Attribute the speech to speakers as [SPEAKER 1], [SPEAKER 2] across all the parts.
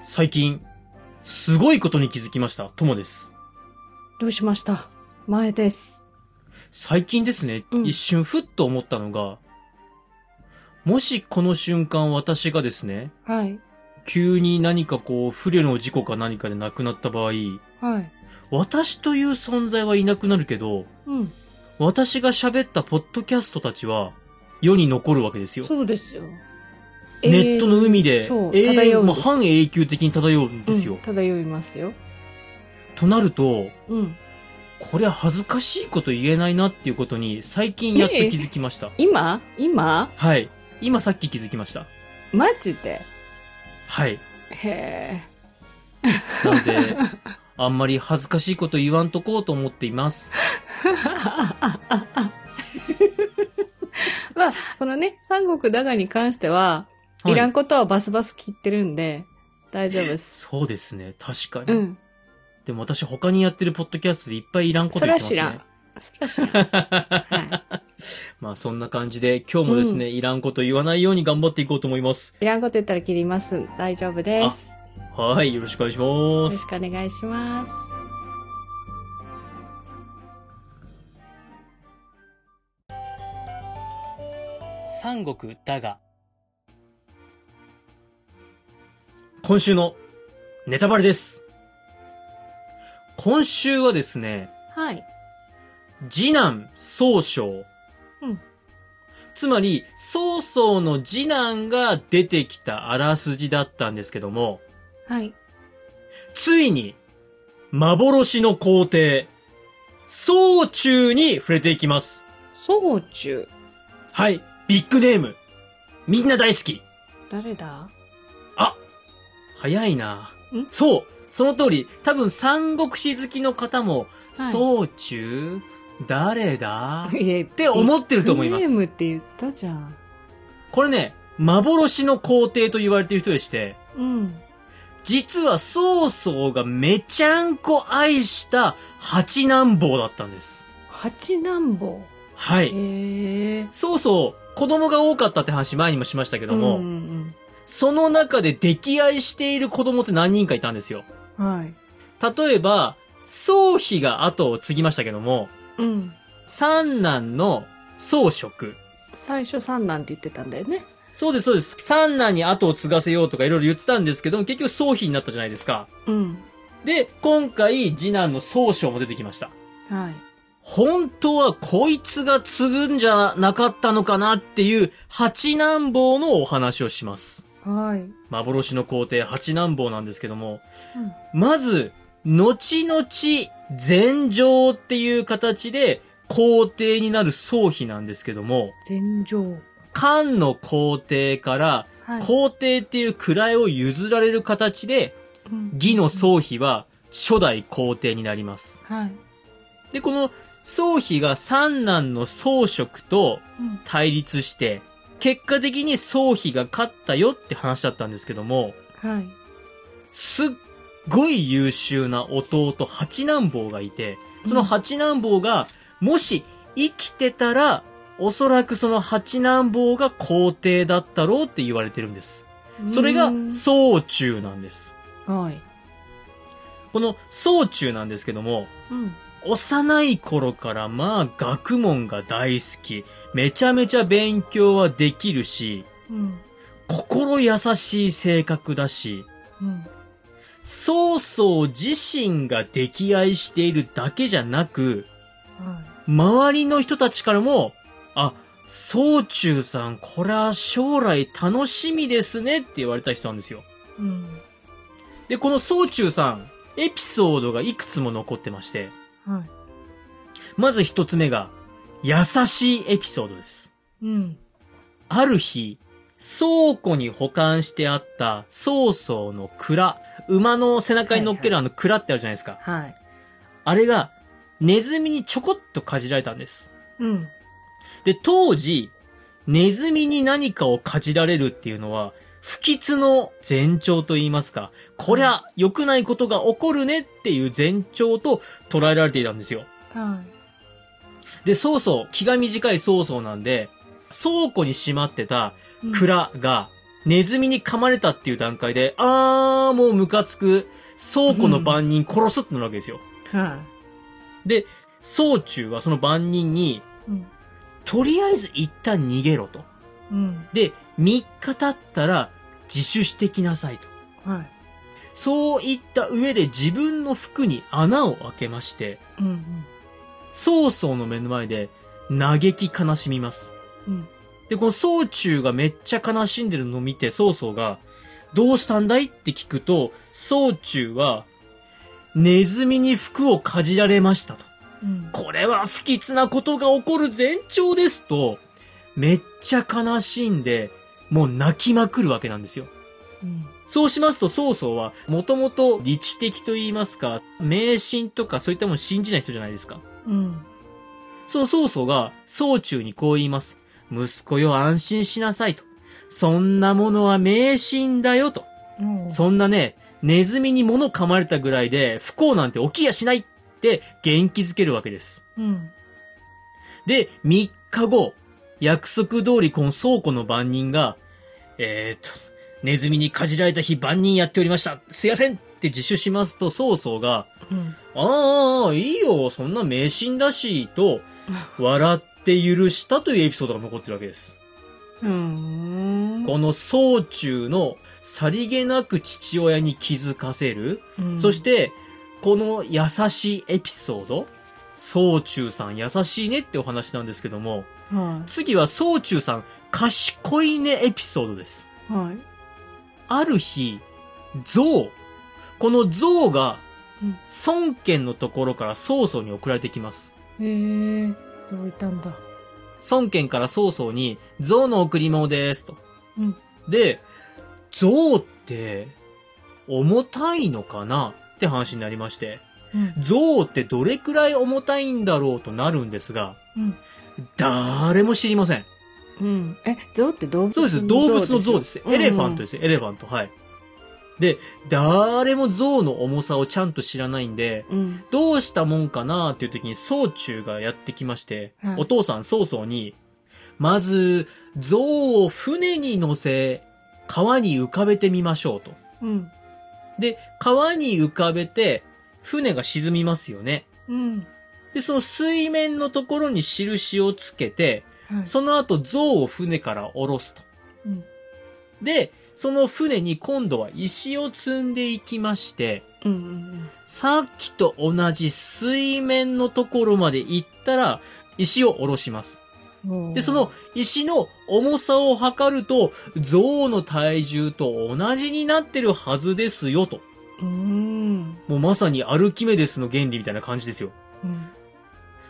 [SPEAKER 1] 最近、すごいことに気づきました。ともです。
[SPEAKER 2] どうしました前です。
[SPEAKER 1] 最近ですね、
[SPEAKER 2] うん
[SPEAKER 1] 一瞬ふっと思ったのが、もしこの瞬間私がですね、
[SPEAKER 2] はい。
[SPEAKER 1] 急に何かこう、不慮の事故か何かで亡くなった場合、
[SPEAKER 2] はい。
[SPEAKER 1] 私という存在はいなくなるけど、
[SPEAKER 2] うん。
[SPEAKER 1] 私が喋ったポッドキャストたちは、世に残るわけですよ。
[SPEAKER 2] そうですよ。
[SPEAKER 1] ネットの海で、
[SPEAKER 2] そう
[SPEAKER 1] 永
[SPEAKER 2] 漂
[SPEAKER 1] 遠、
[SPEAKER 2] うん
[SPEAKER 1] も
[SPEAKER 2] で
[SPEAKER 1] う
[SPEAKER 2] す
[SPEAKER 1] 半永久的に漂うん
[SPEAKER 2] 永遠
[SPEAKER 1] で
[SPEAKER 2] に
[SPEAKER 1] すよ。
[SPEAKER 2] うん漂いますよ。
[SPEAKER 1] となると、
[SPEAKER 2] うん。
[SPEAKER 1] これは恥ずかしいこと言えないなっていうことに、最近やっと気づきました。
[SPEAKER 2] 今今
[SPEAKER 1] はい。今さっき気づきました。
[SPEAKER 2] マジで
[SPEAKER 1] はい。
[SPEAKER 2] へ
[SPEAKER 1] なの で、あんまり恥ずかしいこと言わんとこうと思っています。
[SPEAKER 2] え。 まあ、このね、三国だがに関しては、
[SPEAKER 1] はい
[SPEAKER 2] い、らんことはバスバス切ってるんで、大丈夫です。
[SPEAKER 1] そうですね。確かに。
[SPEAKER 2] うん。
[SPEAKER 1] でも私他にやってるポッドキャストでいっぱいいらんこ
[SPEAKER 2] そ
[SPEAKER 1] と
[SPEAKER 2] れ
[SPEAKER 1] 言っ
[SPEAKER 2] は
[SPEAKER 1] てます
[SPEAKER 2] 知らん
[SPEAKER 1] ね。。
[SPEAKER 2] それは知らん。はい。
[SPEAKER 1] まあそんな感じで、今日もですね、いらんこと言わないように頑張っていこうと思います。
[SPEAKER 2] いらんこと言ったら切ります。大丈夫です。
[SPEAKER 1] はい。よろしくお願いし
[SPEAKER 2] よ
[SPEAKER 1] ま
[SPEAKER 2] ろ
[SPEAKER 1] す
[SPEAKER 2] し。くお願いします。
[SPEAKER 1] 三国だが。今週のネタバレです。今週はですね、
[SPEAKER 2] はい。
[SPEAKER 1] 次男曹彰。
[SPEAKER 2] うん
[SPEAKER 1] つまり、曹操の次男が出てきたあらすじだったんですけども、
[SPEAKER 2] はい。
[SPEAKER 1] ついに、幻の皇帝、曹中に触れていきます。
[SPEAKER 2] 総中。
[SPEAKER 1] はい、ビッグネーム。みんな大好き。
[SPEAKER 2] 誰だ。
[SPEAKER 1] あ早いなんそうその通り、多分三国志好きの方も、
[SPEAKER 2] はい
[SPEAKER 1] 総中誰だっ
[SPEAKER 2] いや、って
[SPEAKER 1] 思ってると思いま
[SPEAKER 2] ネーム
[SPEAKER 1] す。
[SPEAKER 2] って言ったじゃん。
[SPEAKER 1] これね、幻の皇帝と言われている人でして、
[SPEAKER 2] うん。
[SPEAKER 1] 実は曹操がめちゃんこ愛した八男坊だったんです。
[SPEAKER 2] 八男坊。
[SPEAKER 1] は
[SPEAKER 2] へ
[SPEAKER 1] い。
[SPEAKER 2] え。
[SPEAKER 1] 曹操、子供が多かったって話前にもしましたけども、
[SPEAKER 2] うん
[SPEAKER 1] その中で溺愛している子供って何人かいたんですよ。
[SPEAKER 2] うん、はい。
[SPEAKER 1] 例えば、宗妃が後を継ぎましたけども、
[SPEAKER 2] うん。
[SPEAKER 1] 三男の宗職。
[SPEAKER 2] 最初三男って言ってたんだよね。
[SPEAKER 1] そうです、そうです。三男に後を継がせようとかいろいろ言ってたんですけども、結局宗妃になったじゃないですか。
[SPEAKER 2] うん。
[SPEAKER 1] で、今回、次男の宗匠も出てきました。
[SPEAKER 2] はい。
[SPEAKER 1] 本当はこいつが継ぐんじゃなかったのかなっていう、八男坊のお話をします。
[SPEAKER 2] はい。
[SPEAKER 1] 幻の皇帝八男坊なんですけども、
[SPEAKER 2] うん
[SPEAKER 1] まず、後々、禅譲っていう形で、皇帝になる宗妃なんですけども、
[SPEAKER 2] 全上。
[SPEAKER 1] 漢の皇帝から、
[SPEAKER 2] は
[SPEAKER 1] 皇帝っていう位を譲られる形で、
[SPEAKER 2] うん
[SPEAKER 1] 義の宗妃は初代皇帝になります。
[SPEAKER 2] はい。
[SPEAKER 1] で、この宗妃が三男の宗職と
[SPEAKER 2] うん。
[SPEAKER 1] 対立して、結果的に宗妃が勝ったよって話だったんですけども、
[SPEAKER 2] はい。
[SPEAKER 1] すっごい優秀な弟八男坊がいて、その八男坊が、もし生きてたら、おそらくその八男坊が皇帝だったろうって言われてるんです。それが
[SPEAKER 2] うん
[SPEAKER 1] 宗中なんです。
[SPEAKER 2] はい。
[SPEAKER 1] この宗中なんですけども、
[SPEAKER 2] うん。
[SPEAKER 1] 幼い頃からまあ学問が大好き、めちゃめちゃ勉強はできるし、
[SPEAKER 2] うん。
[SPEAKER 1] 心優しい性格だし、
[SPEAKER 2] うん。
[SPEAKER 1] 曹操自身が溺愛しているだけじゃなく、
[SPEAKER 2] は
[SPEAKER 1] 周りの人たちからも、あ、曹中さん、これは将来楽しみですねって言われた人なんですよ。
[SPEAKER 2] い。うん。
[SPEAKER 1] で、この曹中さん、エピソードがいくつも残ってまして、
[SPEAKER 2] はい。
[SPEAKER 1] まず一つ目が、優しいエピソードです。
[SPEAKER 2] うん。
[SPEAKER 1] ある日、倉庫に保管してあった曹操の蔵、馬の背中に乗っけるあの蔵ってあるじゃないですか。
[SPEAKER 2] はい。
[SPEAKER 1] あれが、ネズミにちょこっとかじられたんです。
[SPEAKER 2] うん。
[SPEAKER 1] で、当時、ネズミに何かをかじられるっていうのは、不吉の前兆と言いますか、こりゃ良くないことが起こるねっていう前兆と捉えられていたんですよ。
[SPEAKER 2] はい。
[SPEAKER 1] で、曹操、気が短い曹操なんで、倉庫にしまってた
[SPEAKER 2] うん。
[SPEAKER 1] 蔵がネズミに噛まれたっていう段階で、あー、もうムカつく、倉庫の番人殺すってなるわけですよ。
[SPEAKER 2] は
[SPEAKER 1] で、総中はその番人に、
[SPEAKER 2] い。うん。
[SPEAKER 1] とりあえず一旦逃げろと。
[SPEAKER 2] うん。
[SPEAKER 1] で、3日経ったら自首してきなさいと。
[SPEAKER 2] はい。
[SPEAKER 1] そういった上で自分の服に穴を開けまして、
[SPEAKER 2] うん。
[SPEAKER 1] 曹操の目の前で嘆き悲しみます。
[SPEAKER 2] うん。
[SPEAKER 1] で、この曹中がめっちゃ悲しんでるのを見て曹操が、どうしたんだいって聞くと、曹中は、ネズミに服をかじられましたと。
[SPEAKER 2] うん。
[SPEAKER 1] これは不吉なことが起こる前兆ですと、めっちゃ悲しんで、もう泣きまくるわけなんですよ。
[SPEAKER 2] うん。
[SPEAKER 1] そうしますと曹操は、もともと理知的と言いますか、迷信とかそういったもの信じない人じゃないですか。
[SPEAKER 2] うん。
[SPEAKER 1] その曹操が、曹中にこう言います。息子よ安心しなさいと。そんなものは迷信だよと。
[SPEAKER 2] うん。
[SPEAKER 1] そんなね、ネズミに物噛まれたぐらいで不幸なんて起きやしないって元気づけるわけです。
[SPEAKER 2] うん。
[SPEAKER 1] で、3日後、約束通りこの倉庫の番人が、えー、と、ネズミにかじられた日番人やっておりました。すいませんって自首しますと、曹操が、
[SPEAKER 2] うん。
[SPEAKER 1] ああ、いいよ、そんな迷信だし、と、笑って許したというエピソードが残ってるわけです。
[SPEAKER 2] うん。
[SPEAKER 1] この曹中のさりげなく父親に気づかせる、
[SPEAKER 2] うん
[SPEAKER 1] そし、て、この優しいエピソード、曹中さん優しいねってお話なんですけども、
[SPEAKER 2] は
[SPEAKER 1] 次は総中さん、賢いねエピソードです。
[SPEAKER 2] い。はい。
[SPEAKER 1] ある日、象。この象が
[SPEAKER 2] うん、
[SPEAKER 1] 孫権のところから曹操に送られてきます。
[SPEAKER 2] へえ、そういたんだ。
[SPEAKER 1] 孫権から曹操に、象の贈り物ですと。
[SPEAKER 2] うん
[SPEAKER 1] で、象って、重たいのかなって話になりまして、
[SPEAKER 2] うん。
[SPEAKER 1] 象ってどれくらい重たいんだろうとなるんですが、
[SPEAKER 2] うん。
[SPEAKER 1] 誰も知りません。
[SPEAKER 2] うん。え、象って動物
[SPEAKER 1] そうです。動物の象です。エレファント
[SPEAKER 2] で
[SPEAKER 1] ですすよ。エレファント。はい。で、誰も象の重さをちゃんと知らないんで、
[SPEAKER 2] よ。うん。
[SPEAKER 1] どうしたもんかなっていう時に曹中がやってきまして、
[SPEAKER 2] はい
[SPEAKER 1] お父さん曹操に、まず、象を船に乗せ、川に浮かべてみましょうと。
[SPEAKER 2] うん。
[SPEAKER 1] で、川に浮かべて、船が沈みますよね。
[SPEAKER 2] うん。
[SPEAKER 1] で、その水面のところに印をつけて、
[SPEAKER 2] はい。
[SPEAKER 1] その後象を船から下ろすと。
[SPEAKER 2] うん。
[SPEAKER 1] で、その船に今度は石を積んでいきまして、
[SPEAKER 2] うんうん
[SPEAKER 1] さっきと同じ水面のところまで行ったら、石を下ろします。
[SPEAKER 2] うん。
[SPEAKER 1] で、その石の重さを測ると、象の体重と同じになってるはずですよ、と。
[SPEAKER 2] おー、うん。
[SPEAKER 1] もうまさにアルキメデスの原理みたいな感じですよ。
[SPEAKER 2] うん。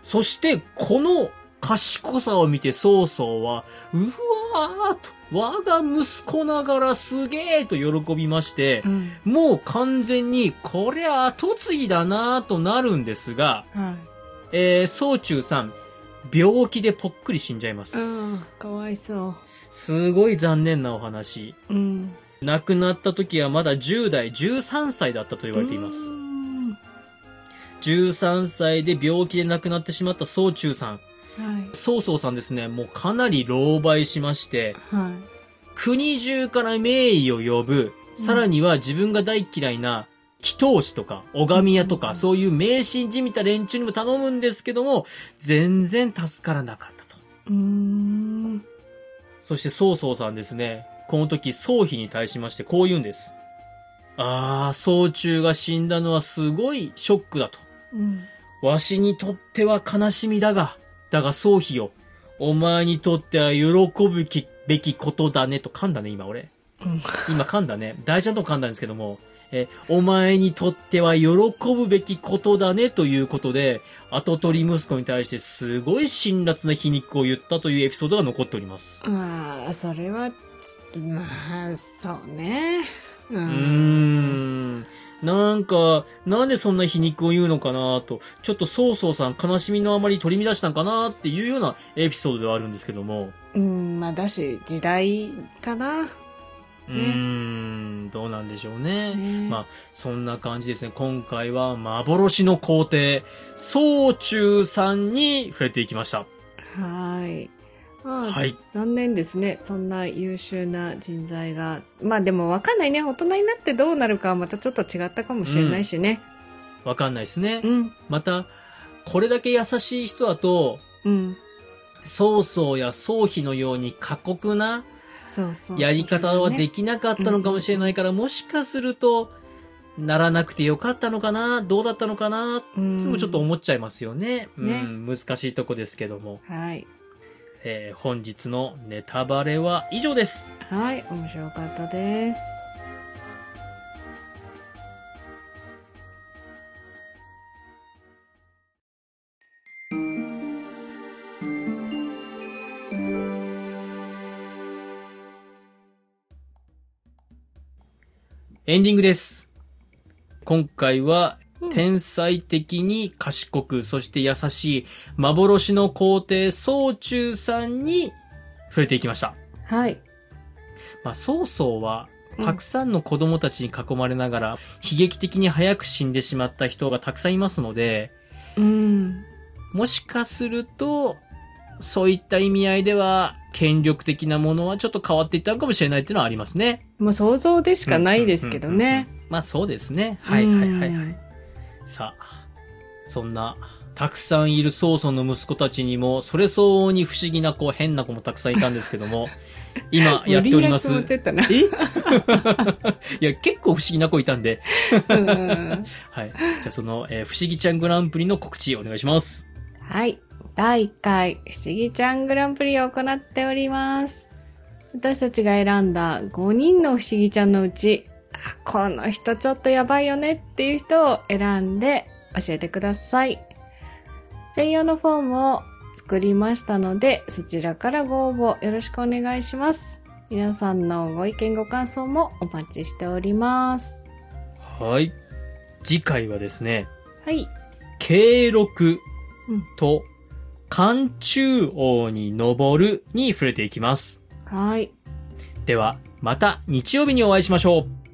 [SPEAKER 1] そして、この賢さを見て曹操は、うわーと、我が息子ながらすげーと喜びまして
[SPEAKER 2] う、ん。
[SPEAKER 1] もう完全に、こりゃ後継ぎだなぁとなるんですが、
[SPEAKER 2] はい。
[SPEAKER 1] えー、総中さん、病気でぽっくり死んじゃいます。
[SPEAKER 2] うん。かわいそ
[SPEAKER 1] すごい残念なお話。
[SPEAKER 2] う。うん。
[SPEAKER 1] 亡くなった時はまだ10代、13歳だったと言われていま
[SPEAKER 2] う
[SPEAKER 1] す。
[SPEAKER 2] ん
[SPEAKER 1] 13歳で病気で亡くなってしまった総中さん。
[SPEAKER 2] はい。
[SPEAKER 1] 曹操さんですね、もうかなり狼狽しまして、
[SPEAKER 2] は
[SPEAKER 1] 国中から名医を呼ぶ、さらには自分が大嫌いな、祈祷師とか、拝み屋と
[SPEAKER 2] うん
[SPEAKER 1] か、そういう迷信じみた連中にも頼むんですけども、全然助からなかったと。
[SPEAKER 2] い。うーん。
[SPEAKER 1] そして曹操さんですね、この時、曹妃に対しましてこう言うんです。ああ、曹中が死んだのはすごいショックだと。
[SPEAKER 2] うん。
[SPEAKER 1] わしにとっては悲しみだが、だが曹妃よ、お前にとっては喜ぶべきことだねと噛んだね、今俺。
[SPEAKER 2] うん。
[SPEAKER 1] 今噛んだね。大事なとこ噛んだんですけども、え、お前にとっては喜ぶべきことだねということで、後取り息子に対してすごい辛辣な皮肉を言ったというエピソードが残っております。
[SPEAKER 2] まあ、それは、つまあ、そうね。う
[SPEAKER 1] うー
[SPEAKER 2] ん。
[SPEAKER 1] ん。なんか、なんでそんな皮肉を言うのかなと、ちょっと曹操さん悲しみのあまり取り乱したんかなっていうようなエピソードではあるんですけども、
[SPEAKER 2] うん。まあ、だし、時代かな。
[SPEAKER 1] うーん、どうなんでしょうね。
[SPEAKER 2] ね
[SPEAKER 1] まあそんな感じですね。今回は幻の皇帝、宗中さんに触れていきました。
[SPEAKER 2] はーい。まあ、
[SPEAKER 1] はい。
[SPEAKER 2] 残念ですね。そんな優秀な人材が。まあでもわかんないね。大人になってどうなるかはまたちょっと違ったかもしれないしね。
[SPEAKER 1] わかんないですね
[SPEAKER 2] う。ん。
[SPEAKER 1] また、これだけ優しい人だと、
[SPEAKER 2] うん。
[SPEAKER 1] 曹操や曹丕のように過酷な
[SPEAKER 2] そうそう。
[SPEAKER 1] やり方はで
[SPEAKER 2] き
[SPEAKER 1] きなかったのかもしれないから、もしかすると、ならなくてよかったのかなどうだったのかな
[SPEAKER 2] うん
[SPEAKER 1] いつもちょっと思っちゃいますよね。うん、
[SPEAKER 2] ね
[SPEAKER 1] 難しいとこですけども。
[SPEAKER 2] はい。
[SPEAKER 1] えー本日のネタバレは以上です。
[SPEAKER 2] はい。面白かったです。
[SPEAKER 1] エンディングです。今回は
[SPEAKER 2] うん、
[SPEAKER 1] 天才的に賢く、そして優しい、幻の皇帝、宗中さんに触れていきました。
[SPEAKER 2] はい。
[SPEAKER 1] まあ、曹操は、
[SPEAKER 2] うん
[SPEAKER 1] たくさんの子供たちに囲まれながら、悲劇的に早く死んでしまった人がたくさんいますので、
[SPEAKER 2] うん。
[SPEAKER 1] もしかすると、そういった意味合いでは、権力的なものはちょっと変わっていったのかもしれないっていうのはありますね。
[SPEAKER 2] もう想像でしかないですけどね。
[SPEAKER 1] うんうんうんうん。まあそうですね。はいはいはいはい。
[SPEAKER 2] い。
[SPEAKER 1] さあ、そんな、たくさんいる曹操の息子たちにも、それ相応に不思議な子、変な子もたくさんいたんですけど も、今やっております。
[SPEAKER 2] 無理やり持ってったな。
[SPEAKER 1] えい や、結構不思議な子いたんで。
[SPEAKER 2] うんうん
[SPEAKER 1] はい。じゃあその、えー不思議ちゃんグランプリの告知お願いします。
[SPEAKER 2] はい。第1回、不思議ちゃんグランプリを行っております。私たちが選んだ5人の不思議ちゃんのうち、あこの人ちょっとやばいよねっていう人を選んで教えてください。専用のフォームを作りましたので、そちらからご応募よろしくお願いします。皆さんのご意見ご感想もお待ちしております。
[SPEAKER 1] はい。次回はですね、
[SPEAKER 2] はい。
[SPEAKER 1] 軽六
[SPEAKER 2] うん
[SPEAKER 1] と、寒中王に登るに触れていきます。
[SPEAKER 2] はい。
[SPEAKER 1] では、また日曜日にお会いしましょう。